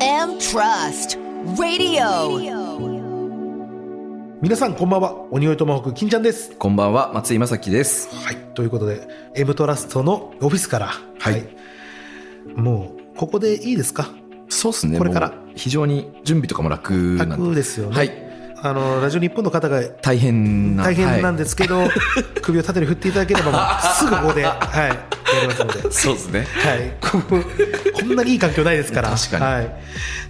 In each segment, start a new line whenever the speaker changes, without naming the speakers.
FM Trust Radio
皆さんこんばんは鬼越トマホーク金ちゃんです
こんばんは、松井正樹です。
はいということで M トラストのオフィスからはいもうここでいいですか
そうですね。
これから
もう非常に準備とかも楽なん
楽
で。
ですよね、
はい。
あのラジオ日本の方が
大変な。
大変なん
で。
ですけど、首を縦に振っていただければもうすぐここではいやりますので
そうですね。
はい、こここんなにいい 環境ないですから
確かに
はい、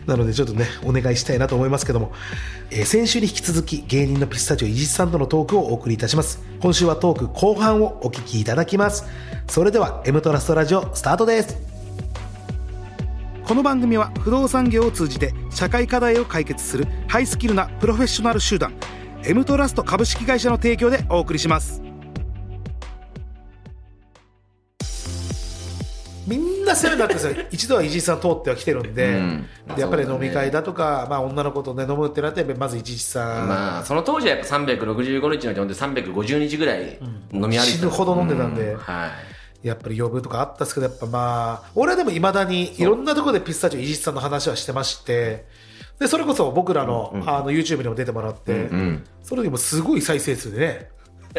なのでちょっとねお願いしたいなと思いますけども、えー先週に引き続き芸人のピスタチオ伊地知さんとのトークをお送りいたします今週はトーク後半をお聞きいただきますそれでは「M トラストラジオ」スタートですこの番組は不動産業を通じて社会課題を解決するハイスキルなプロフェッショナル集団 M トラスト株式会社の提供でお送りしますみんな攻めたってん ですよ一度は伊地知さん通っては来てるんで,、
うん
でやっぱり
そうだ
飲
ね
み会だとか、まあ、女の子と、ね、飲むってなってまず伊地知さん、
まあその当時はやっぱ365日のうち本当に350日ぐらい飲み歩いてた、
死ぬほど飲んでたんで、
はい
やっぱり呼ぶとかあったんですけどやっぱまあ俺はでもいまだにいろんなところでピスタチオ伊地知さんの話はしてましてでそれこそ僕らの,、あの YouTube にも出てもらって、
うん。
その時もすごい再生数でね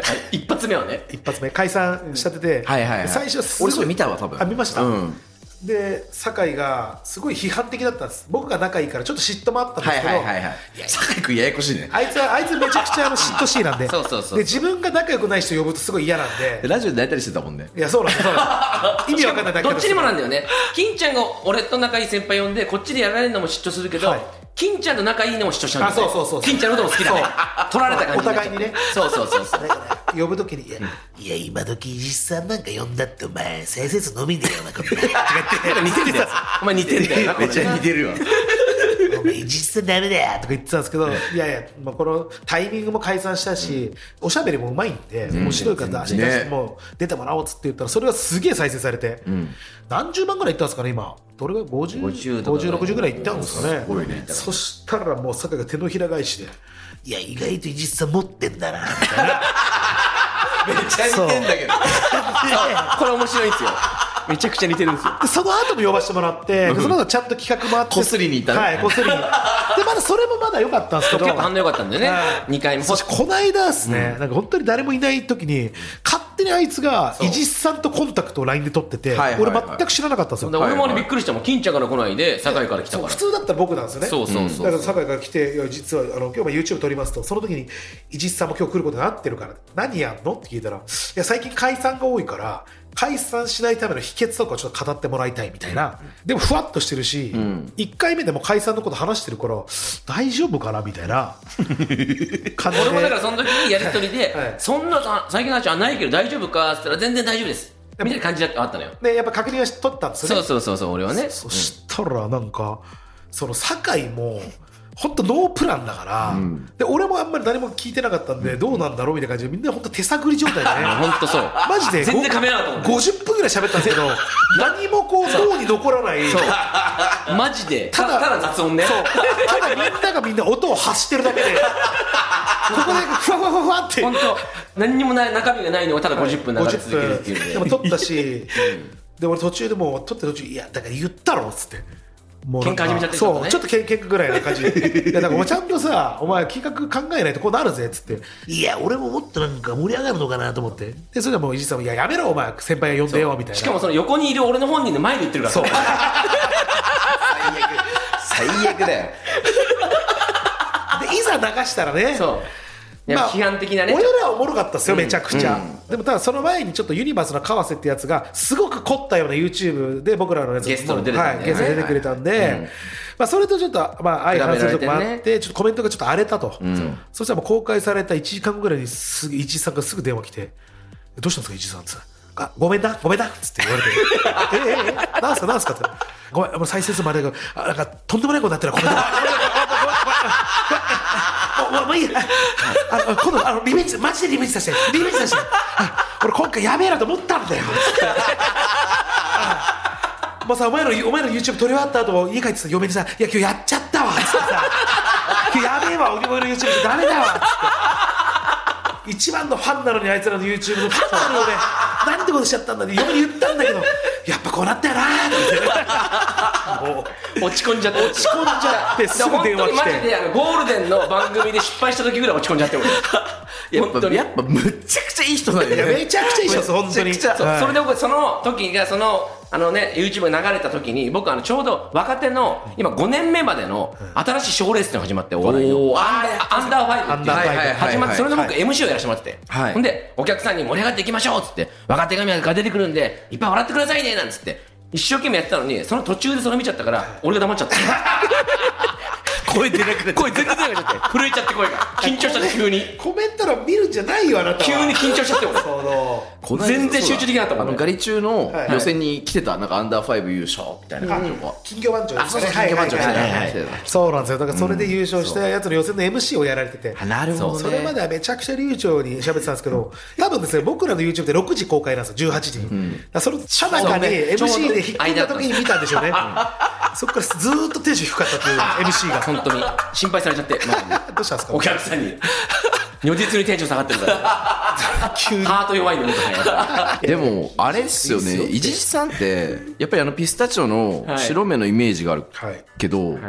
あ一発目はね
一発目解散しちゃってて、
はいはいはい。
最初はすごい
俺それ見たわ、多分。
あ見ました
うん。
で酒井がすごい批判的だったんです僕が仲いいからちょっと嫉妬もあったんで
は
す
い
けど、
はいはいはい。酒井君ややこしいね。
あいつはあいつめちゃくちゃあの嫉妬しいなんで
そうそうそうそう
で自分が仲良くない人呼ぶとすごい嫌なんで
ラジオで泣いたりしてたもんね。
いやそうなんですそうなんです意味わかんないだけ
どっちにもなんだよね金ちゃんが俺と仲いい先輩呼んでこっちでやられるのも嫉妬するけど、
はい
金ちゃんと仲いいのも嫉妬しちゃうんだよ、
あ
ね、
そうそうそうそう
金ちゃんのことも好きだね取られた感じになっちゃう
お互いにね
そうそうそうそう
呼ぶときに「いや
いや、今時、伊地知さんなんか呼んだって、お前、再生数伸びねえよな、こん
似て んだよお前似てんだよな こ
め
れ
っちゃ似てるよ。
な。お前、伊地知さんダメだよ、とか
とか言ってたんですけど、いやいや、まあ、このタイミングも解散したし、おしゃべりもうまいんで、面白いから出し、
ね
もう出てもらおうっつって言ったら、それがすげえ再生されて、何十万ぐらいいったんですかね、今。どれが50、50、
50とか
60ぐらいいったんですかね。
すごいね
そしたらもう酒井が手のひら返しで、
いや、意外と伊地知さん持ってんだな。
めっちゃ似てんだけど。
これ面白いんですよめちゃくちゃ似てるんですよ
でその後も呼ばせてもらって、でその後ちゃんと企画もあって、
こすりに行ったね
はい、こすりに。で、まだそれもまだ良かったんですけど、
結構反応良かったんだよね
はい
2回目
そしてこの間ですね、なんか本当に誰もいない時に勝手にあいつが伊地知さんとコンタクトを LINE で取ってて、
はいはいはい
俺全く知らなかったんですよ、
で俺もあれびっくりしたもん金ちゃんから来ないで酒井から来た
そ
か
う
ら
普通だったら僕なんですよね
そうそうそう
だから酒井が来て「いや実はあの今日も YouTube 撮ります」とその時に「伊地知さんも今日来ることになってるから何やんの?」って聞いたら「いや最近解散が多いから解散しないための秘訣とかをちょっと語ってもらいたい」みたいなでもふわっとしてるし、1回目でも解散のこと話してるから大丈夫かなみたいな感じで
俺もだからその時にやりとりで、
はい
そんなさ最近の話はないけど大丈夫かって言ったら全然大丈夫ですみたいな感じだったあったのよ、
でやっぱ確認はしとったんですよね
そうそうそうそう俺はね
そしたらなんか、その酒井も本当ノープランだから、で俺もあんまり何も聞いてなかったんで、どうなんだろうみたいな感じでみんな本当手探り状 態でね
本当そう
マジで
全然噛めなかったもん
50分ぐらい喋ったんです けど何もこう脳に残らないそう
マジで
た
た
だ
だただ雑音ね
ただみんながみんな音を発してるだけでここでふわふわふわふわ って
本当何にもない中身がないのをただ50分流れ続
50
けるっていう
分で
の
も
で
撮ったし、で俺途中でもう撮ってる途中いやだから言ったろっつってもうなんか
喧嘩始めちゃってたんだ
そう
ね
ちょっと喧嘩ぐらいな感 じいやだからもうちゃんとさお前企画考えないとこうなるぜっつって
いや、俺ももっとなんか盛り上がるのかなと思って。
でそれでもう伊地知さんも「いややめろお前先輩が呼んでよ」みたいな
しかもその横にいる俺の本人の前で言ってるからね
最悪だよ。
でいざ流したらね
そういや
まあ
批判的なね
俺らはおもろかったですよ、めちゃくちゃ、でもただその前にちょっとユニバースの川瀬ってやつがすごく凝ったような YouTube で僕らのやつ
ゲストで出てたんだよね
はいゲストで出てくれたんで、まあ、それとちょっと、まあ、相反するとこもあって
比べられ
ちょっとコメントがちょっと荒れたと、そしたらもう公開された1時間後ぐらいにすぐ一時さんがすぐ電話来て「どうしたんですか一時さん」っつってあごめんな、ごめんなっつって言われて、ええええ、なんすか、なんすかって、ごめん、もう再生数もあれだけど、あなんかとんでもないことになってる、ごめんな、もうもういいああ今度あのリベンジマジでリベンジさせてリベンジさせてあ俺今回やべえなと思ったんだよあもうさお前のお前の YouTube 撮り終わった後家帰ってさ嫁にさ「いや今日やっちゃったわ」っつってさ「今日やべえわお前の YouTube ダメだわ」っつって一番のファンなのにあいつらの YouTube のファンなのに俺なんてことしちゃったんだって嫁に言ったんだけどやっぱこうなったよなーって言ってもう
落ち込んじゃって落ち
込んじゃってすぐ電話来て
マジであのゴールデンの番組で失敗した時ぐらい落ち込んじゃって 俺
やっ
本当
ぱ
に
やっぱむっちゃくちゃいい人なん
いや
よ
め
ね
ちゃくちゃいい人です本当に
めちゃくちゃ
そう
はい
それで僕その時がそのあのね YouTube が流れた時に僕あのちょうど若手の今5年目までの新しい賞ーレースっていうのが始まってお笑いの
おー
アンダーファイブっていう
アンダーファイブ
はいはいはい始まってそれで僕
は
MC をやらせてもらってて
はい
ほんでお客さんに盛り上がっていきましょうっつって若手神が出てくるんでいっぱい笑ってくださいねなんつって一生懸命やってたのにその途中でそれ見ちゃったから俺が黙っちゃった
声出なくなっちゃう
声全然出なくなっちゃって震えちゃって声が緊張しちゃって急に
コメント欄見るんじゃないよあなたは
急に緊張しちゃって俺
その
この間
全然集中できなかったもん
あの
俺
ガリ中の
はい
予選に来てたなんかアンダーファイブ優勝みたいな感じの
金魚番長
あ
です
そう
かね
そう金魚番長み
は
た
いはいはいい
な
はい
話してた
そうなんですよだからそれで優勝したやつの予選の MC をやられてて、
あなるほどね
そうそれまではめちゃくちゃ流暢に喋ってたんですけど多分ですね僕らの YouTube って6時公開なんですよ18時に、だからそのさなかに
そうね
MC で
ち
引
ょ
っ込
うど
んだ時に見たんでしょうね、そこからずーっとテンション低かったっていう MC が
本当に心配されちゃってマジで
どうしたんですか
お客さんに如実にテンション下がってるから
急に
ハート弱いのにとか
でもあれっすよ
いいっす
ね
よ
伊地知さんってやっぱりあのピスタチオの
はい
白目のイメージがある
はい
けど、
はい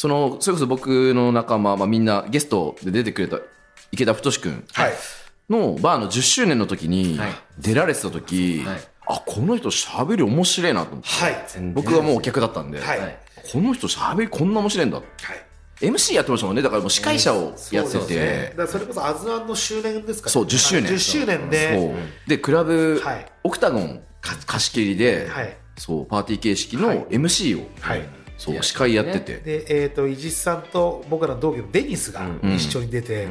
そのそれこそ僕の仲間、まあ、みんなゲストで出てくれた池田太君
はい
のバーの10周年の時に
はい
出られてた時、
はい
あこの人喋り面白いなと思って
はい
僕はもうお客だったんで、
はい
この人喋りこんな面白いんだ
はい
MC やってましたもんねだからもう司会者をやって
そうですね
て
だからそれこそアズワンの周年ですか
そう10周年
10周年
そ
で
うでクラブ、
はい
オクタゴンか貸し切りで、
はい
そうパーティー形式の MC を、
はい
そう司会やってて、
でえっ、と伊地知さんと僕らの同期のデニスが
ん
一緒に出て、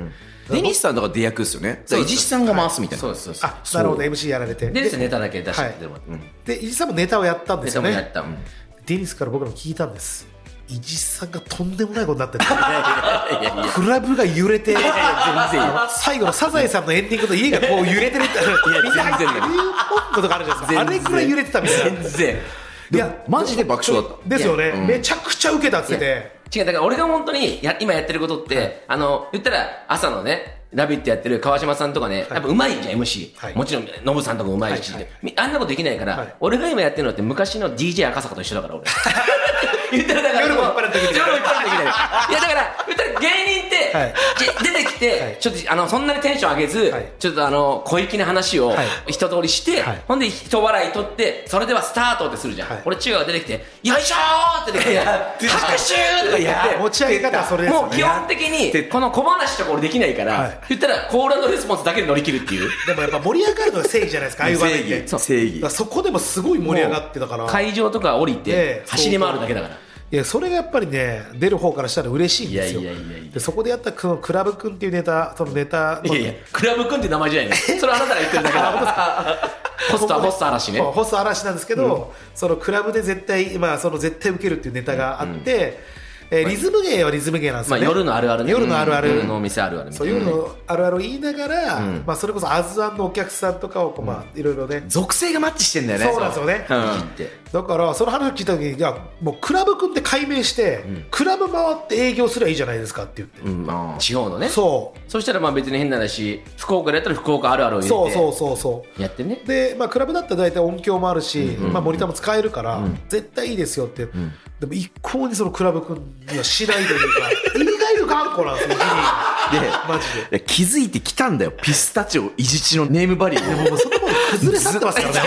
デニスさんだから出役ですよねだから伊地知さんが回すみたいな、
そうですそうです
あなるほど MC やられて
デニスネタだけ出してくれてもらって
で伊地知さんもネタをやったんで
ネ
す
タ
よ
もやっ
ね
たもん
デニスから僕らも聞いたんです伊地知さんがとんでもないことになってるクラブが揺れて最後のサザエさんのエンディングと家がこう揺れてるってみんな入ってることがあるじゃないですかあれくらい揺れてたみたいな
全然
いや
マジで爆笑だった
ですよね、
うん
めちゃくちゃ受けたって言ってて
違うだから俺が本当にや今やってることってあの言ったら朝のね「ラビット!」やってる川島さんとかね、やっぱうまいじゃん MC、
はい
もちろんノブさんとかうまいし、
はい
みあんなことできないから、
はい
俺が今やってるのって昔の DJ 赤坂と一緒だか ら俺言ったらだから
夜も酔っ払ってきてる
夜も酔っ 払ってきてるいやだから言ったら芸人って、
はい
じ出てきて、
はい
ちょっとあのそんなにテンション上げず、
はい
ちょっとあの小粋な話を
はい
一通りして、
はい
ほんで一笑い取ってそれではスタートってするじゃん、
はい
俺中華が出てきて「よいしょー!」って出てきて「拍手!」とか言って
持ち上げ方はそれですよ
もう
ね
基本的にこの小話とか俺できないから、
はい
言ったらコールレスポンスだけで乗り切るっていう
でもやっぱ盛り上がるのが正義じゃないですかああいう場面って
義正義
だからそこでもすごい盛り上がってたから
会場とか降り
え
て
え
走り回るだけだから、
いやそれがやっぱりね出る方からしたら嬉しいんですよ
いやいやいやいや
でそこでやったそのクラブくんっていうネタそのネタ
い
の
やいやクラブくんって名前じゃないのそれあなたが言ってるだけだホスターホスター嵐ね
そうホスト嵐なんですけど、そのクラブで絶対まあその絶対受けるっていうネタがあって、えーリズム芸はリズム芸なんです
ま
よ
あ、
ね、
夜のあるあるね
夜のあるある
うん夜のお店あるあるみた
そ
いうな
夜のあるあるを言いながら、まあ、それこそアズワンのお客さんとかをこう、まあ、いろいろね、
属性がマッチしてんだよね
そうなんですよね、
うん
だからその話を聞いた時にいやもうクラブくんって解明して、クラブ回って営業すればいいじゃないですかって言って、
うんあ
地方のねそ
そ
したらまあ別に変な話福岡でやったら福岡あるあるを
う
入
そう
れ
そう
て
そうそう
やってね
で、まあ、クラブだったら大体音響もあるし、まあ、モニターも使えるから、絶対いいですよって、でも一向にそのクラブ君にはしないという か意外と頑固なんですよジニ
で
ーマジで。
いや気づいてきたんだよピスタチオ伊地知のネームバリュー
もうその頃崩れ去ってますからね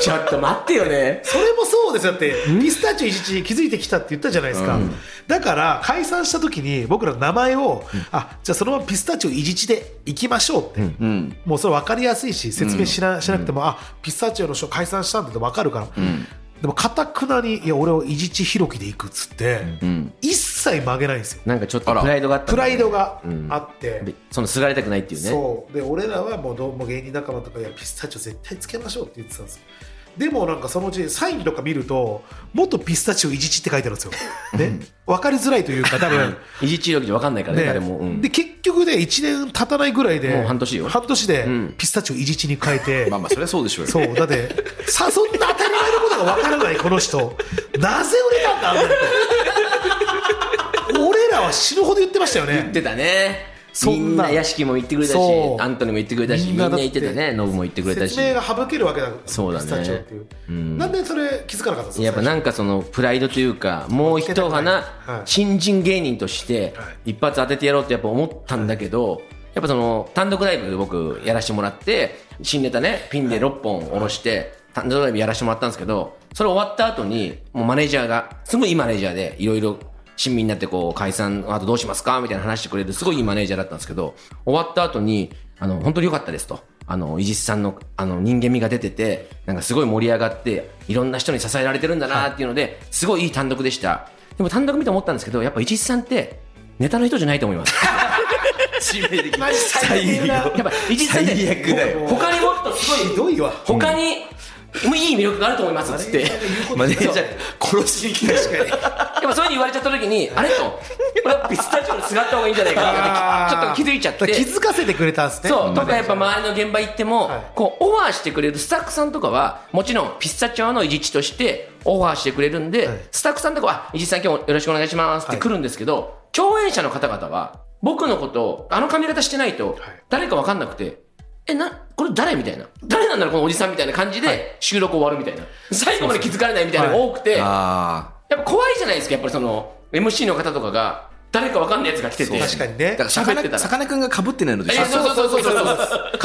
ちょっと待ってよね
それもそうですよだってピスタチオ一日気づいてきたって言ったじゃないですか、だから解散した時に僕らの名前を、あじゃあそのままピスタチオ一日で行きましょうって、
うん
もうそれ分かりやすいし説明しな,、しなくてもあピスタチオの人解散したんだって分かるから、でもかたくなにいや俺を伊地知ひろきで行くっつって、
ん
一切曲げないんですよ
なんかちょっとプライドがあった
プ
んだ
ラ
ね
イドがあって、
そのすがれたくないっていうね
そうで俺らはもうどうも芸人仲間とかいやピスタチオ絶対つけましょうって言ってたんですよでもなんかそのうちサインとか見ると元ピスタチオいじちって書いてあるんですよ、ね、分かりづらいというか多分
いじっちりわけじゃ分かんないからね、誰も。うん
で結局で1年経たないぐらいで
もう半年よ
半年でピスタチオいじちに変えて、
まあまあそれはそうでしょうよ
そうだってさそんな当たり前のことが分からないこの人なぜ売れたんだあんなに俺らは死ぬほど言ってましたよね
言ってたね。
そ
み
ん
ん
な
な屋敷も行ってくれたし
そう
アントニーも行ってくれたし
み
み
ん
ん
な
な
だって
行ってたねノブも行ってくれたし
説明が省けるわけだから
そうだね
ピスタチオっていう、
うん
なんでそれ気づかなかったんですか
やっぱなんかそのプライドというかもう一花
はい
新人芸人として
は
一発当ててやろうってやっぱ思ったんだけどやっぱその単独ライブで僕やらせてもらって新ネタねピンで6本下ろして単独ライブやらせてもらったんですけどそれ終わった後にもうマネージャーがすごいいいマネージャーでいろいろ親身になってこう解散あとどうしますかみたいな話してくれるすごいいいマネージャーだったんですけど終わった後にあの本当に良かったですとあの、伊地知さんの、あの、人間味が出てて、なんかすごい盛り上がって、いろんな人に支えられてるんだなっていうので、すごいいい単独でした。でも単独見て思ったんですけど、やっぱ伊地知さんって、ネタの人じゃないと思い ます。
致命 的
マジ最低だ
やっぱ伊地知さんって、
最悪だよ
他にもっとす
ひどいわ
ごい、他に、もういい魅力があると思いますっつって。
マネージャー殺しに来たしか
でもそういうふうに言われちゃった時に、あれ と、俺はピスタチオにすがった方がいいんじゃないかって、ちょっと気づいちゃって。
気づかせてくれたんですね
そう、とかやっぱ周りの現場行っても、
はい
こう、オファーしてくれるスタッフさんとかは、もちろんピスタチオのいじちとしてオファーしてくれるんで、
はい
スタッフさんとかは、いじちさん今日よろしくお願いしますって来るんですけど、共演者の方々は、僕のことを、あの髪型してないと、誰かわかんなくて、え、な、これ誰みたいな。誰なんだろうこのおじさんみたいな感じで収録終わるみたいな。最後まで気づかれないみたいなのが多くて、やっ
あ
ぱ怖いじゃないですか、やっぱりその、MC の方とかが、誰かわかんないやつが来てて。
確かにね
だから
喋ってたら
さかなクンが被ってないので
えそうそうそうそうそうそう。かぶってなくて、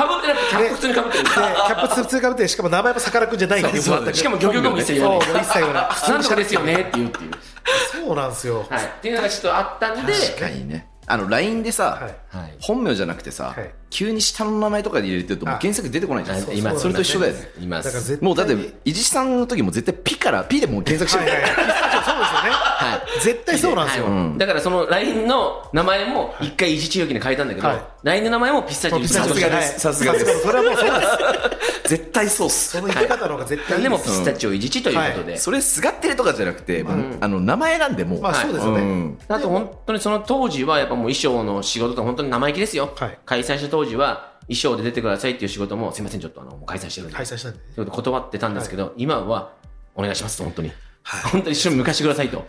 キャップ普通にかぶってるん
で
で
すキ
よ。
ャップ通過でしかも名前もさかなクンじゃないっていう
そう
もらったけど
しかも漁業も一切言わ
そう
ない。
一切言わ ない
なんとかですよねっていうっていう。
そうなんですよ、
はい。っていうのがちょっとあったんで、
確かにねあの LINE で
は
さ
い
はい。
本名じゃなくてさ
はい
急に下の名前とかで入れてるともう
あ
原作出てこないじゃん
今
それと一緒だよね
いま
だから
す。
絶対
もうだって
はい
伊地知さんの時も絶対「ピ」から「ピ」でもう検索して
はい
る
はいそ
はい。
うですよね絶対そうなんですよ、
はい
うん
だからその LINE の名前も一回いじちよきに変えたんだけど
はい、
LINE の名前もピスタチオ
ピスタチオじゃない
さすがです
さすがそれはもうそうです
絶対そうっす
その言い方の方が絶対いい
でも
す
ピスタチオいじちということで。
それすがってるとかじゃなくてもうあの名前なんでもう
まあそうですよね、
うん
あと本当にその当時はやっぱもう衣装の仕事とか本当に生意気ですよ。
はい
解散した当時は衣装で出てくださいっていう仕事も、すいませんちょっとあの、もう解散してるんで
開。催したんで
ということで断ってたんですけど、今はお願いしますと本当に、本当に一緒に向かしてくださいと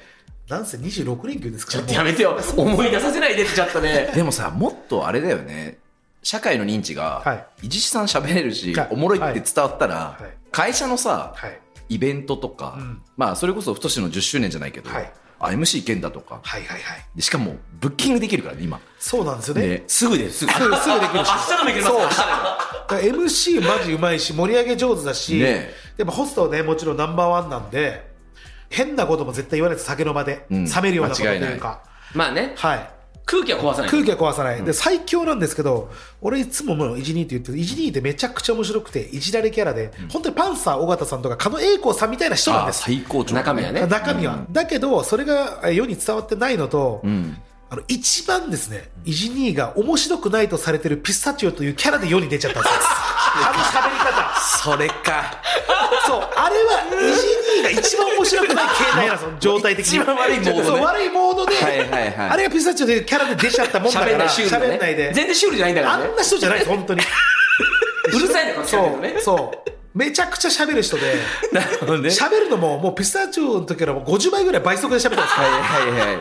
なんせ26連休ですから
ちょっとやめて よ思い出させないでってちょっと ね
でもさもっとあれだよね社会の認知
は
が伊地知さん喋れるし
はい
おもろいって伝わったら
はい
会社のさ
はい
イベントとか
うん
まあそれこそ太の10周年じゃないけど
はい
あ MC 健太とか
はいはいはい
でしかもブッキングできるからね今
そうなんですよね
ね
すぐですぐ
す ぐすぐできるし
明日でもいけます明日でも
だから MC マジうまいし盛り上げ上手だし、
ね
やっぱホストねもちろんナンバーワンなんで変なことも絶対言わないです酒の場で、
うん
冷めるようなことというか
まあね
はい
空気は壊さない
空気は壊さない、で最強なんですけど俺いつももういじにって言ってるいじにってめちゃくちゃ面白くていじられキャラで、本当にパンサー尾形さんとか狩野英孝さんみたいな人なん
あ
で
ー
す
最高潮
中身はね
中身は、だけどそれがえ世に伝わってないのと、
うん
あの一番ですねイジニーが面白くないとされてるピスタチオというキャラで世に出ちゃったんですよあの喋り方
それか
そうあれはイジニーが一番面白くない形態なんですよ状態的に
一番悪いモードね
そう悪いモードで、
はいはいはい
あれがピスタチオというキャラで出ちゃったもんだか
喋ん
ら
ないシュール
喋
で、ね、
んないで
全然シュールじゃないんだか
あ
らね
んな人じゃないです本当に
うるさいのかもしれないけどね
そうそうめちゃくちゃ喋る人で
なるほど ね
喋るのももうピスタチオの時からもう50倍ぐらい倍速で喋ってたんですか
はいはいはい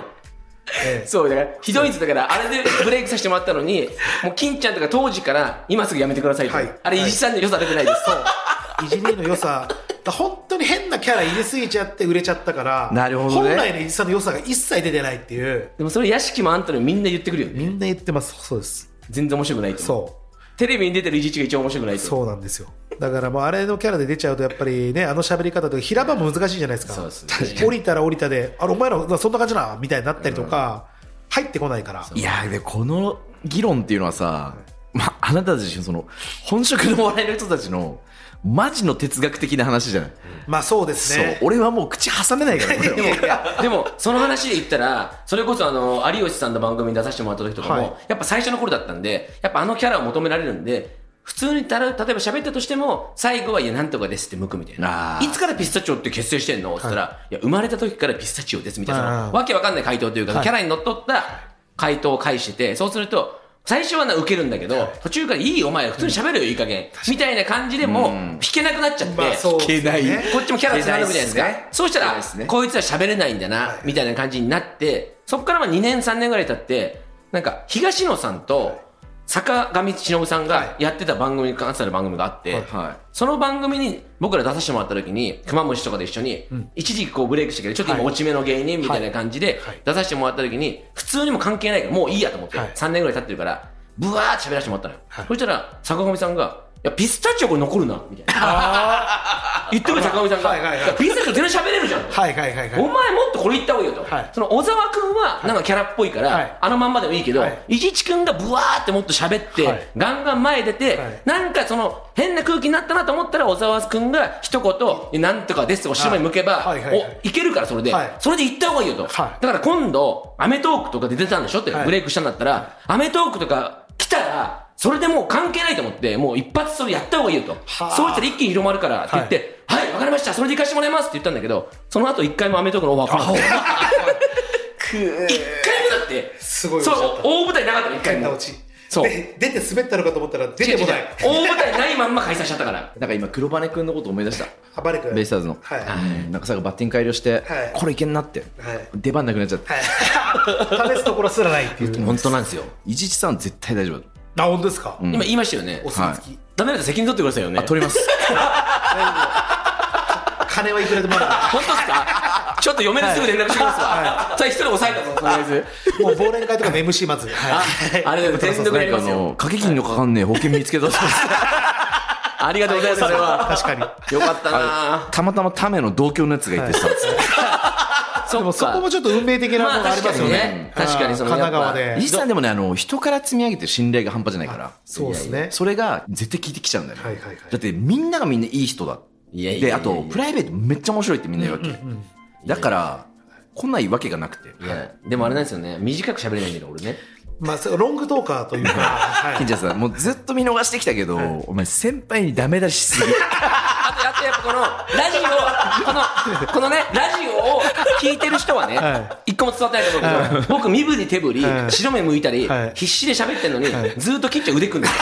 ええ
そうだからひどいんですだからあれでブレイクさせてもらったのにもう金ちゃんとか当時から今すぐやめてくださいと、
はい
あれ伊地さんの良さ出てないです、
そう。いじりの良さ。だ本当に変なキャラ入れすぎちゃって売れちゃったから、
なるほどね
本来のいじさの良さが一切出てないっていう。
でもそれ屋敷もアントニーもみんな言ってくるよね
みんな言ってます。そうです。
全然面白くないと
そ。
テレビに出てるいじちが一番面白くないうと
そうなんですよ。だからもうあれのキャラで出ちゃうとやっぱりね、あの喋り方とか平場も難しいじゃないですか。
そうですね確か
降りたら降りたで、あれお前らそんな感じなみたいになったりとか、入ってこないから。
いやーでこの議論っていうのはさ、まあ、あなた自身その本職のお笑いの人たちのマジの哲学的な話じゃない、
まあそうです
そう
ね。
俺はもう口挟めないからこれは
でも、その話で言ったら、それこそあの、有吉さんの番組に出させてもらった時とかも、
はい
やっぱ最初の頃だったんで、やっぱあのキャラを求められるんで、普通にたら例えば喋ったとしても、最後は、いや、なんとかですって向くみたいな
あ。ー
いつからピスタチオって結成してんのって言ったら、い、や、生まれた時からピスタチオですみたいな、
あー
わけわかんない回答というか、キャラにのっとった回答を返してて、そうすると、最初はな、受けるんだけど、途中から、いいよお前、普通に喋るよ、いい加減。みたいな感じでも、弾けなくなっちゃって、
まあそうですね
いけない
こっちもキャラつながるじゃないですか。
出ないっすね
そうした
出な
ら、
いっすね
こいつは喋れないんだな、みたいな感じになって、そこからまあ2年3年ぐらい経って、なんか東野さんと坂上忍さんがやってた番組に関する番組があって、
はい
その番組に僕ら出させてもらった時に、クマムシとかで一緒に、一時期こうブレイクしてけど、ちょっと今落ち目の芸人みたいな感じで出させてもらった時に、普通にも関係ないから、もういいやと思って、
はい
3年ぐらい経ってるから、ブワーって喋らせてもらったのよ。そしたら、坂上さんが、いや、ピスタチオこれ残るな、みたいな。言ってくる坂上さんが、
はいはいはい
いやピスタチオ全然喋れるじゃん。
はいはいはいはい
お前もっとこれ言った方がいいよと、
はい
その小沢君はなんかキャラっぽいから、
はい
あのまんまでもいいけど、
はい
い、ちいち君がぶわーってもっと喋って、
はい
ガンガン前出て、
はい
なんかその変な空気になったなと思ったら、小沢君が一言、なんとかですとか、島に向けば、
はいはいはいはい
おいけるからそれで、
はい
それで行った方がいいよと、
はい
だから今度、アメトーークとかで出てたんでしょって、
はい
ブレイクしたんだったら、アメトーークとか来たら、それでもう関係ないと思って、もう一発それやった方がいいよと、
はあ
そうしたら一気に広まるからって言って、はい、わかりました、それで行かせてもらいますって言ったんだけど、その後一回もアメトークのオファー来なかった。一回もだって、
すごい
そう
落ちちゃった、
大舞台なかったの、一回
変な
も。
落ち
そう
で出て滑ったのかと思ったら出てもない
違う違う違う大舞台ないまんま開催しちゃったから。
なんか今黒羽君のこと思い出した
あバレく
ベイスターズの、
はい
うんなんか最後バッティング改良して、
はい
これいけんなって、
はい
出番なくなっちゃって、
はい試すところすらないっていう
本当なんですよ。
一さん絶対大丈夫だ
あ本当ですか、
今言いましたよね
お。墨付き、
ダメだと責任取ってくださいよね。
あ取ります
金はいくらでもあ
本当ですかちょっと嫁にすぐ連絡してきますわ。じゃあ一人抑えたぞ、とりあえず。
るもう忘年会とかの MC まず、はい、
あれでも全力でやり
あ
ますよ。
の掛け金のかかんねえ保険見つけた
ありがとうございます、それは。
確かに
よかったな
たまたまための同居のやつがいてさ、
そ
でもそこもちょっと運命的なものがありますよね,、
まあ確かにね確かにその
神奈川
や
で
一さんでもねあの人から積み上げてる信頼が半端じゃないから
そうですね
それが絶対聞いてきちゃうんだよね、
はいはいはい
だってみんながみんないい人だ
いやいやいやいや
であとプライベートめっちゃ面白いってみんな言うわけ、だから来ないわけがなくて、
いやでもあれなんですよね。短く喋れないんだよ、俺ね。
まあ、そうロングトーカーというか、は
金ちゃんさんもうずっと見逃してきたけど、お前先輩にダメ出ししすぎ
あと、あとやっぱこの、ラジオ、この、このね、ラジオを聞いてる人はね、
は
一個も伝わってないと思うけど、僕、身振り手振り、
はい
白目向いたり、
はい
必死で喋ってんのに、
い
ずーっと切っちゃ腕組んでる。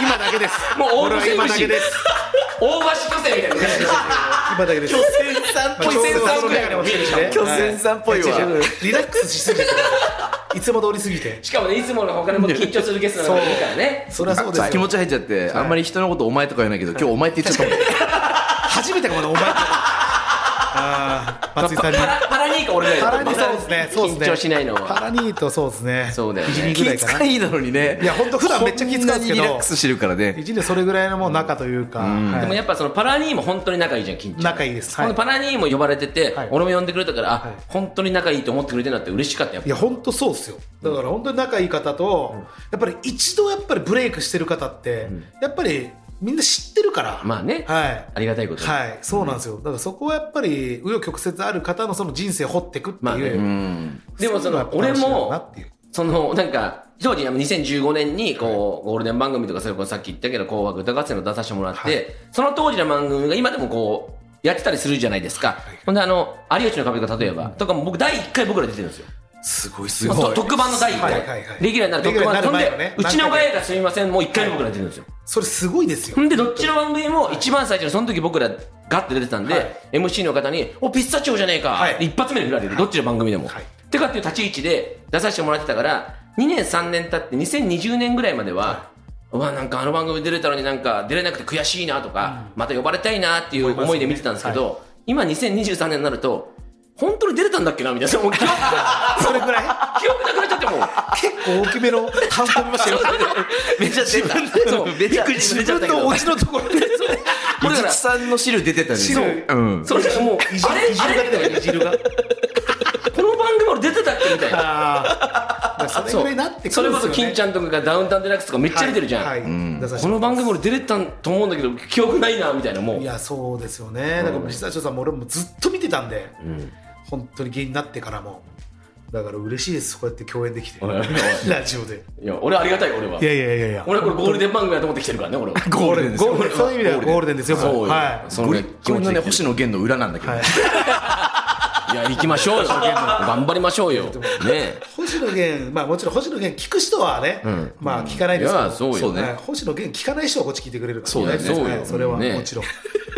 今だけです。
もう大
俺は
橋
今だけ
巨
で
星
す。
大橋巨星みたいなね。
今だけです。
さん
まあちょうどその流れも来てるしね
巨泉さんっぽいわ
は違う違うリラックスしすぎて、いつも通りすぎて。
しかもね、いつもの他にも緊張するゲストなのがいいからね。
そりゃそうですよ
気持ち入っちゃって、あんまり人のことお前とか言わないけど、今日お前って言っちゃったもん。
初めてかもね、お前から。ああ、松井さんに。
パラ、パラニーか俺ぐらいだ
パ
と
ラ
思
ニーそうですね、そうですね。
緊張しないのは
パラニーとそうですね。
そうだよね
いじりぐらい
気
か
遣
な。
いなのにね。
いやほんと普段めっちゃ気遣うんですけど
こんなにリラックスしてるから
い
ね。
じりそれぐらいのもう仲というか。はい
でもやっぱそのパラニーも本当に仲いいじゃん、緊張。
仲いいです
このパラニーも呼ばれてて、
はい
俺も呼んでくれたから、
はい
あ、本当に仲いいと思ってくれてるなって嬉しかったよ
い。や本当そうですよだから本当に仲いい方と、やっぱり一度やっぱりブレイクしてる方って、やっぱりみんな知ってるから
まあね
はい
ありがたいことに
はいそうなんですよ、だからそこはやっぱり紆余曲折ある方のその人生を掘っていくっていう、
まあね
う
う
ん。
でもその、
そ
俺
ういうのがやっぱ楽しいんだなっ
も
ていう、
その、なんか、当時、あの2015年に、こう、ゴールデン番組とか、それこそさっき言ったけど、紅白歌合戦の出させてもらって、
はい
その当時の番組が今でもこう、やってたりするじゃないですか。ほんで、あの、有吉の壁とか、例えば、とかも僕、第1回僕ら出てるんですよ。
すごいす
まあと特番の第1回。
はいはいはい
レギュラーになる特番。
レギュラー
ほ
になる
ん
前の
で
ね、
うちのガヤがすみません、もう1回僕ら出てるんですよ。
それすごいですよ
ほんで、どっちの番組も一番最初に、その時僕らガッて出てたんで、
はい
MC の方に、お、ピスタチオじゃねえか、
はい
って一発目で振られる、どっちの番組でも。
はい
ってかっていう立ち位置で出させてもらってたから、2年3年経って2020年ぐらいまでは、うわ、なんかあの番組出れたのになんか出れなくて悔しいなとか、また呼ばれたいなっていう思いで見てたんですけど、今2023年になると、本当に出れたんだっけなみたいな。もう記憶
それぐらい
記憶なくなっちゃってもう。
結構大きめの単行見ましたよ
めちゃ出た。そう、めちゃ
自分のオチのところで
これだから
さんの汁出てたね。
汁
うん。
それだからもう、
いじ
あ
る
れ
いじ
あ
るが出
れ
てるからいじるが
この番組俺出てたっけみ たいな。
ああそれぐらいになってくるんです
そ
よ、
れ
ね、
こそ金ち
ゃん
ゃんとかがダウンタウンデラックスとかめっちゃ出てるじゃん、
はいはい出させ
こ
てもらっ
の
てます
番組俺出れたと思うんだけど記憶ないなみたいなもう
いやそうですよね、だから実はちょさんも俺もずっと見てたんで、本当に芸人になってからもだから嬉しいですこうやって共演できて
おいおいおい
ラジオで
いや俺ありがたい俺はい
やいやいやいや
俺はこれゴールデン番組だと思ってきてるからね俺は
ゴールデンですよ。
ゴールデンそういう意味ではゴールデンですよも
そううよ、
はい
その
ゴ
ぐら
リ
い
ッゴリのね、星野源の裏なんだけど
はい。
いや行きましょうよ頑張りましょうよ ねえ
星野源まあもちろん星野源聞く人はね、まあ聞かない
い
ですけど
やそうよ
そうね
はい星野源聞かない人はこっち聞いてくれるから
そうだよね
はい
そうよ
それは
ね
もちろん、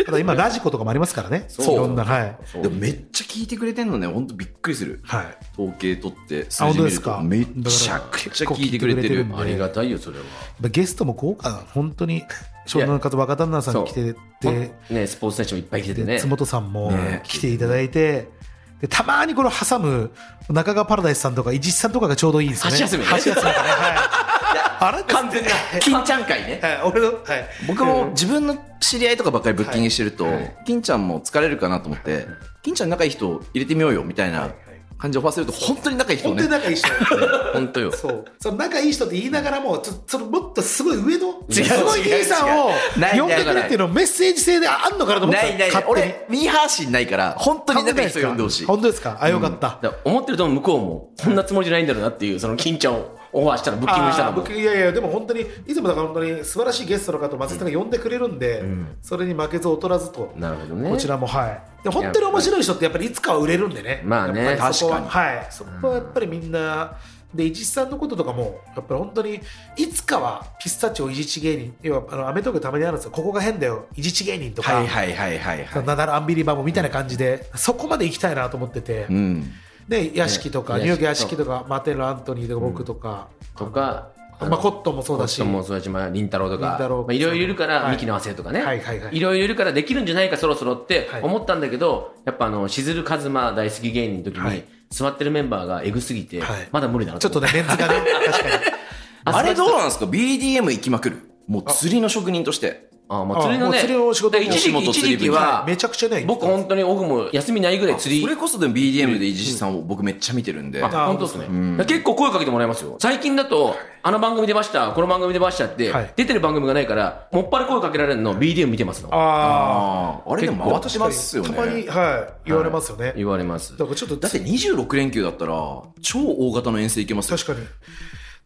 ただ今、ラジコとかもありますからね。
そう
いろんな、はい。
でもめっちゃ聞いてくれてんのね、ほんとびっくりする。
はい。
統計取って、
あ
数
本
字
当で
見る
す
と
か
めっちゃくちゃ聞いてくれてる
だ。から
ありがたいよそれは
ゲストも豪華な、本当に、湘南の方、若旦那さん来てて、
ねスポーツ選手もいっぱい来てて
で
ね
津本さんも
ね
来ていただいて、でたまにこれを挟む中川パラダイスさんとか伊地知さんとかがちょうどいいんですよね。
箸休めね
箸休めとかね。はい、あれ
完全な、金ちゃん会ね。
はい、俺の、はい。
僕も自分の知り合いとかばっかりブッキングしてると、金ちゃんも疲れるかなと思って、金ちゃん仲いい人入れてみようよみたいな感じでオファーすると、本当に仲いい人
本当
ね
に。仲いい人。
本当よ
そう。その仲いい人って言いながらも、ちょそのもっとすごい上の、
違う
すごい
違う
兄さんを
ない
呼んでくれっていうのをメッセージ性であんのかなと思って
な
た
いないない
勝手に
俺、ミーハー心ないから、本当に仲いい人呼んでほしい。
本当ですかあ、よかった。
だから思ってると向こうもこんなつもりじゃないんだろうなっていうその金ちゃんをオファーしたらブッキングしたら
あー
も
ブッキングいやいやでも本当にいつもだから本当に素晴らしいゲストの方松井さんが呼んでくれるんで、それに負けず劣らずと
なるほどね
こちらもはいで本当に面白い人ってやっぱりいつかは売れるんでね
まあね
やっぱりそこは
確
はいそこはやっぱりみんなで伊地知さんのこととかもやっぱり本当にいつかはピスタチオ伊地知芸人要はあのアメトークたまにあるんですよここが変だよ伊地知芸人とか、
はいはいはいはいはい。
ナダルアンビリバボーみたいな感じでそこまで行きたいなと思ってて、
うん。
で屋敷とか、
ね
ニューヨーク屋敷とかマテル・アントニーとか僕とか、
とか
まあ、コットンもそうだし
コットンもそうだし、まあ、凛太郎と
凛
か
太郎
まあ、いろいろいるから、
はい
ミキの亜生とかね、
はいはいはい
ろいろいるからできるんじゃないかそろそろって
はい
思ったんだけど、やっぱあのしずる一馬大好き芸人の時に、
はい
座ってるメンバーがエグすぎて、
はい
まだ無理だな
ちょっと
ね
ね、メンズがね、確かに。
あれどうなんですか ?BDM 行きまくる。もう釣りの職人として。
あまあ釣りの
あもう
ね
釣りを仕事
だから一時
もう仕
期
事
一
釣り
時
部
期は
はいめちゃくちゃね
僕本当に僕も休みないぐらい釣り
それこそでも BDM で伊地知さんを僕めっちゃ見てるんで。
あ
本当ですね、だから結構声かけてもらいますよ最近だとあの番組出ましたこの番組出ましたって、
はい
出てる番組がないからもっぱら声かけられるの BDM 見てますの
あ
ああ、あれでも回ってますよね。
たまに、はい、言われますよね。
言われます
だからちょっと、
だって26連休だったら、超大型の遠征行けますよ。
確かに。で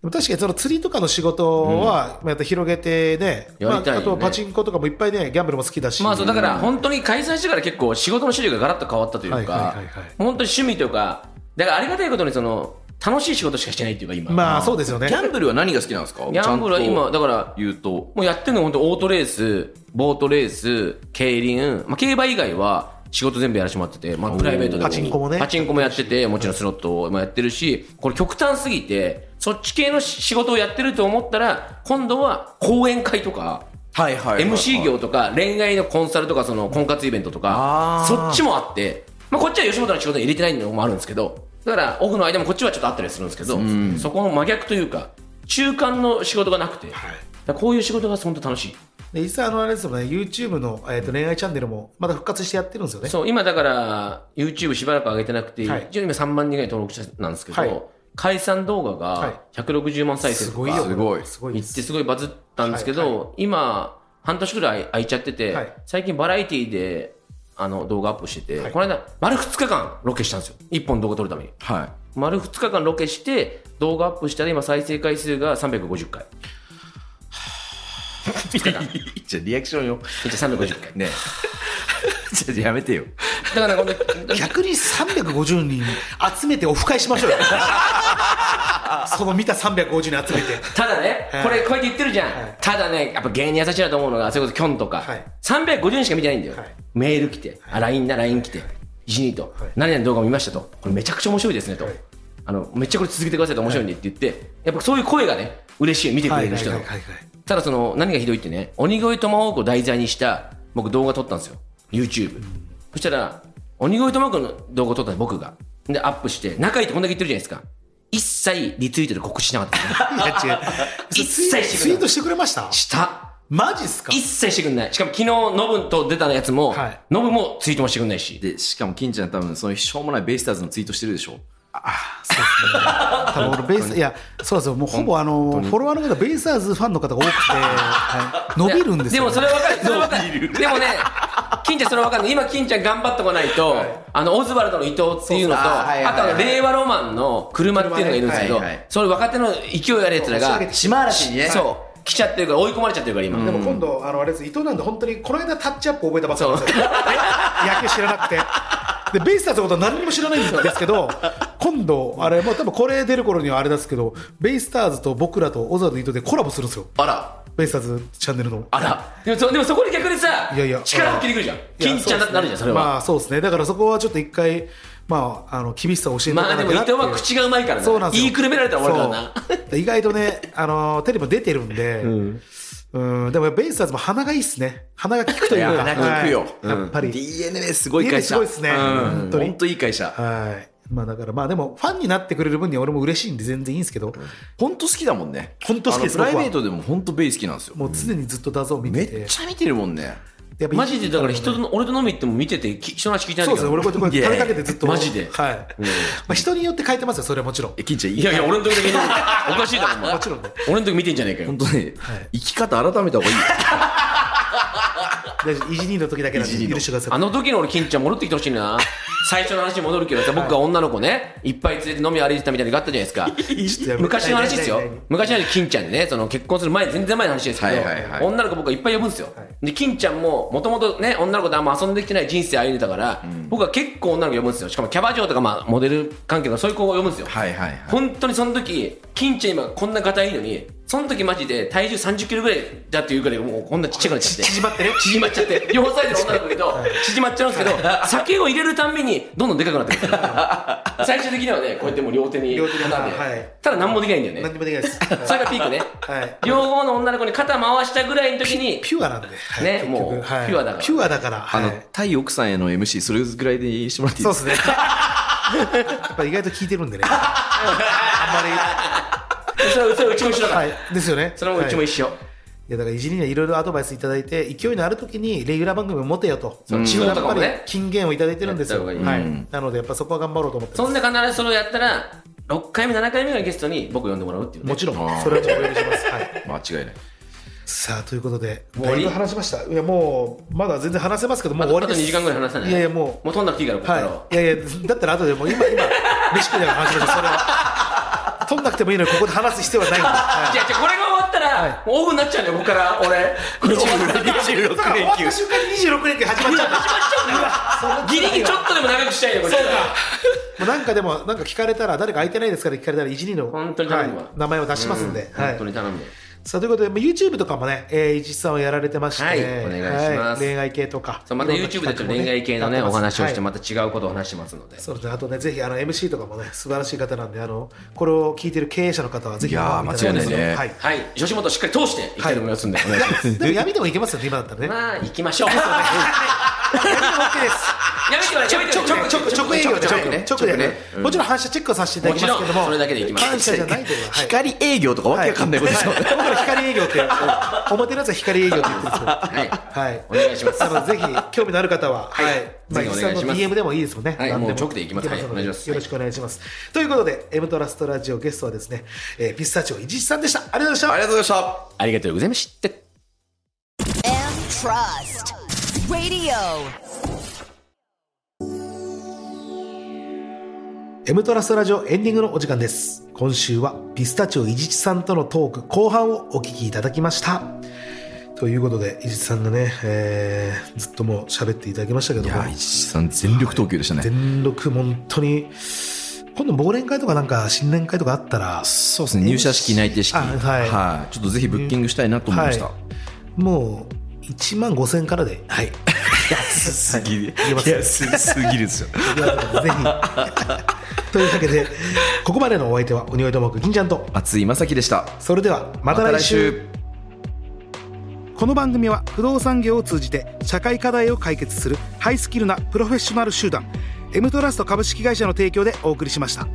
も確かにその釣りとかの仕事は、まあやっぱ広げてね、
や
まあ、
りたいよね
あとパチンコとかもいっぱいね、ギャンブルも好きだし、
まあそうだから本当に解散してから結構仕事の種類がガラッと変わったという
はい
か
はいはいはい
本当に趣味とかだからありがたいことにその楽しい仕事しかしてないっていうか今、
まあそうですよね
ギ。ャンブルは何が好きなんですか
ギャンブルは今だから
言うと。
もうやってるのが本当オートレースボートレース競輪、まあ、競馬以外は仕事全部やらせてもらってて、まあ、プライベートで
パチンコもね
パチンコもやっててもちろんスロットもやってるしこれ極端すぎてそっち系の仕事をやってると思ったら今度は講演会とか
はいはいはいはい。
MC 業とか恋愛のコンサルとかその婚活イベントとか
あー
そっちもあって、まあ、こっちは吉本の仕事に入れてないのもあるんですけどだからオフの間もこっちはちょっとあったりするんですけど、そこの真逆というか中間の仕事がなくて、だからこういう仕事が本当楽しい。
で、実際あのあれですよね、YouTube の、えー、と恋愛チャンネルもまだ復活してやってるんですよね。
そう今だから YouTube しばらく上げてなくて、
はい
一応今3万人ぐらい登録者なんですけど、
はい
解散動画
はい
が160万再生
す
とか、
ごいよ。
すごい
すごい
行
で
っ
す
てすごいバズったんですけど、
はい
今半年ぐらい空いちゃってて、
はい
最近バラエティーであの動画アップしてて、
はい
この間丸2日間ロケしたんですよ1本動画撮るために
はい。
丸2日間ロケして動画アップしたら今再生回数が350回
じゃあリアクションよ。
350回
ねちょっとやめてよ。
だからなんか本当に
逆に350人集めてオフ会しましょうよ。その見た350人集めて。
ただね、
はい
これこうやって言ってるじゃん、
はい
ただねやっぱ芸人優しいなと思うのがそれこそキョンとか、
はい
350人しか見てないんだよ、
はい
メール来て、あ LINE だ LINE 来て、一二と、
はい
何々動画見ましたとこれめちゃくちゃ面白いですねと、
はい
あのめっちゃこれ続けてくださいと面白いんでって言って、やっぱそういう声がね嬉しい見てくれる人の、
はいはいはいはい
ただその何がひどいってね鬼越トマホークを題材にした僕動画撮ったんですよ YouTube、そしたら鬼越トマホークの動画撮ったの僕がでアッップして仲いいってこんだけ言ってるじゃないですか一切リツイートで告知しなかっ た
いや違う。
一切してくれない
ツイートしてくれました
した
マジっすか
一切してくんないしかも昨日ノブと出たやつも、
はい
ノブもツイートもしてくんないし
で、しかも金ちゃん多分そのしょうもないベイスターズのツイートしてるでしょ。
多分俺ベース、いや、そうなんですよ。もうほぼあの、フォロワーの方、ベイスターズファンの方が多くて、はい伸びるんですよ。
でもそれは分かるそれは 分かるでもね金ちゃんそれは分かる今金ちゃん頑張ってこないと、あのオズワルドの伊藤っていうのと
そうそうあーはいはいはい
あとあの令和ロマンの車っていうのがいるんですけど、
はいはい
それ若手の勢いあるやつ
そう押
ら
し上
が
げて
島嵐にね
そう来ちゃってるから追い込まれちゃってるから今、
でも今度、あの、あれです、伊藤なんで本当に、この間タッチアップ覚えたばっかなんですよ。野球知らなくて。で、ベイスターズのことは何にも知らないんですけど、今度、あれ、もう多分これ出る頃にはあれですけど、ベイスターズと僕らとオズワルド伊藤でコラボするんですよ。
あら。
ベイスターズチャンネルの
あらでもそでもそこに逆にさ
いやいや
力発揮できるじゃん金ちゃんだってなるじゃんそれは
まあそうですねだからそこはちょっと一回まああの厳しさを教えて
まあでも伊藤は口がうまいから
そうなん
な
ですよ
言いくるめられたら終わるからな
そう意外とねあのテレビも出てるんで、うんでもベイスターズも鼻がいいっすね鼻が効くと
い
いう
や
か
鼻が効くよ、
はいやっぱり、
DNA すごい会社
DNA すごいっすね
うん
本
本
当
当
に
いい会社
はいまあだからまあでもファンになってくれる分には俺も嬉しいんで全然いいんですけど、
本当好きだもんね
本当好きです
あのプライベー
僕
トでも本当ベイ好きなんですよ
もう常にずっとダゾーン見
め
てて
っちゃ見てるもんね
やっぱ
マジでだから人と俺と飲み行っても見ててき人の話聞いてない
そ
ん
うで
だけ
すね俺こ
ど
うやって
いやいや
垂れかけてずっと
マジで
はい、まあ、人によって変えてますよそれはもちろん
え金ちゃん
いやいや俺の時 だけ飲んでおかしいだろお前
もちろんね
俺の時見てんじゃねえか よ
本当ね、生き方改め た方がいいよ
大丈夫いじりの時だけなん
いじ
で
りの
許してください
あの時の俺金ちゃん戻ってきてほしいな最初の話に戻るけどさ僕が女の子ねいっぱい連れて飲み歩いてたみたいなのがあったじゃないですか
ちょっとやめて
昔の話ですよ
ないないないない
昔の話金ちゃんでねその結婚する前全然前の話ですけど、
はいはいはい
女の子僕はいっぱい呼ぶんですよ、で金ちゃんももともとね女の子とあんま遊んできてない人生歩んでたから、僕は結構女の子呼ぶんですよしかもキャバ嬢とか、まあ、モデル関係のそういう子を呼ぶんですよ、
はいはいはい
本当にその時金ちゃん今こんな硬いいのにその時マジで体重3 0キロぐらいだっていうぐらいもうこんなちっちゃくなっちゃって
縮まってね
縮まっちゃって両サイドの女の子だけど縮まっちゃうんですけど酒を入れるたんびにどんどんでかくなってくる最終的にはねこうやってもう両手に
両手で
なんで
はい
ただ何もできないんだよ
何
ね
にもできないです
それがピークね
はい
両方の女の子に肩回したぐらいの時に
ピュアなんで、はい
ね
結局
もう
はい
ピュアだから
ピュアだから、は
あ
い
の、対奥さんへの MC それぐらいでしてもらっていい
そう
で
ですすね やっぱ意外と聞いてるんでねあん
それはそれはうちも一緒だか
ま
ら
り、はい、ですよね
それもうちも
はい
一緒
いやだからいじりにはいろいろアドバイスいただいて勢いのある時にレギュラー番組を持てよと
そう
自分は
仕事とかもね
やっぱり金言をいただいてるんですよ
やった方
は
が
いい
い、なのでやっぱそこは頑張ろうと思って
そ
ま
ん
す
な必ずそれをやったら6回目7回目ぐらいのゲストに僕呼んでもらうっていうね
もちろん
あー
それはちょっとお願いします、はい、
間違い ない
さあということで
終わ
だい
り
ぶ話しましたいやもうまだ全然話せますけども
あ
う終
と
わりで
あと
す
2時間ぐらい話さない
いやいやもう
もう取んなくていいから僕からは
はい、いやいやだったら後でもう今今飯食いながら話しましょうそれは取んなくてもいいのにここで話す必要はないんで、はい
じゃあ、じゃあこれが終わったら、もうオフになっちゃうんだよ、ここから、俺。これ終わった
26
ら
終わった瞬間に26連休始まっちゃった
始まっちゃうんだよ。ギリギリちょっとでも長くしたいよ、これ。そうか。
もうなんかでもなんか聞かれたら誰か空いてないですから聞かれたら一人の
本当に頼むわ
はい名前を出しますんで、はい
本当に頼むよ。
さあということでまあ YouTube とかもね、えー、一さんをやられてまして、
はいお願いします
はい恋愛系とか
そうまた YouTube でちょっと恋愛系のね、お話をして、また違うことを話してますので。
そうですね、あとね、ぜひあの MC とかもね、素晴らしい方なんで、あのこれを聞いてる経営者の方は、ぜひ
いやー
見てただければ
間違いないね
はい
はい。吉本をしっかり通していきたいと思いますんで、お願いします。
でも闇でもいけますよね、今だったらね。
まあ、行きましょう。やめてもらえやめてもらえ
直直営業で直ね直でね、もちろん反射チェックをさせていただきますけども、
もちろんそれだけでいきます
反射じゃないとい うのは、はい
光営業とかわけわかんないことでしょ、
は僕ら光営業 って、表のやつは光営業って言ってるんですけど、
はい
はい、
お願いします
なのでぜひ興味のある方は、はいまあ、伊
ぜひお
さ
願
ん
い
の
します
DM でもいいですもんね。
はい
何で
もう直で行きます
ので
はいお願いします
よろしくお願いします。ということで、M トラストラジオゲストはですね、えーピスタチオ伊地知さんでした。ありがとうございました。
ありがとうございました
ありがとうございました。
M Trust Radio.
M トラストラジオエンディングのお時間です今週はピスタチオ伊地知さんとのトーク後半をお聞きいただきましたということで伊地知さんがね、えーずっともう喋っていただきましたけど
い
も
や石井さん全力投球でしたね、
全力本当に今度忘年会とかなんか新年会とかあったら
そうですね入社式内定式
あは
はいい、ちょっとぜひブッキングしたいなと思いました、
はいもう1万5000円からではい
安 すぎる
いや
安すぎるです よ
ということでぜひ というわけでここまでのお相手は鬼越トモク金ちゃんと
熱い正樹でした
それではまた来週この番組は不動産業を通じて社会課題を解決するハイスキルなプロフェッショナル集団 M トラスト株式会社の提供でお送りしました。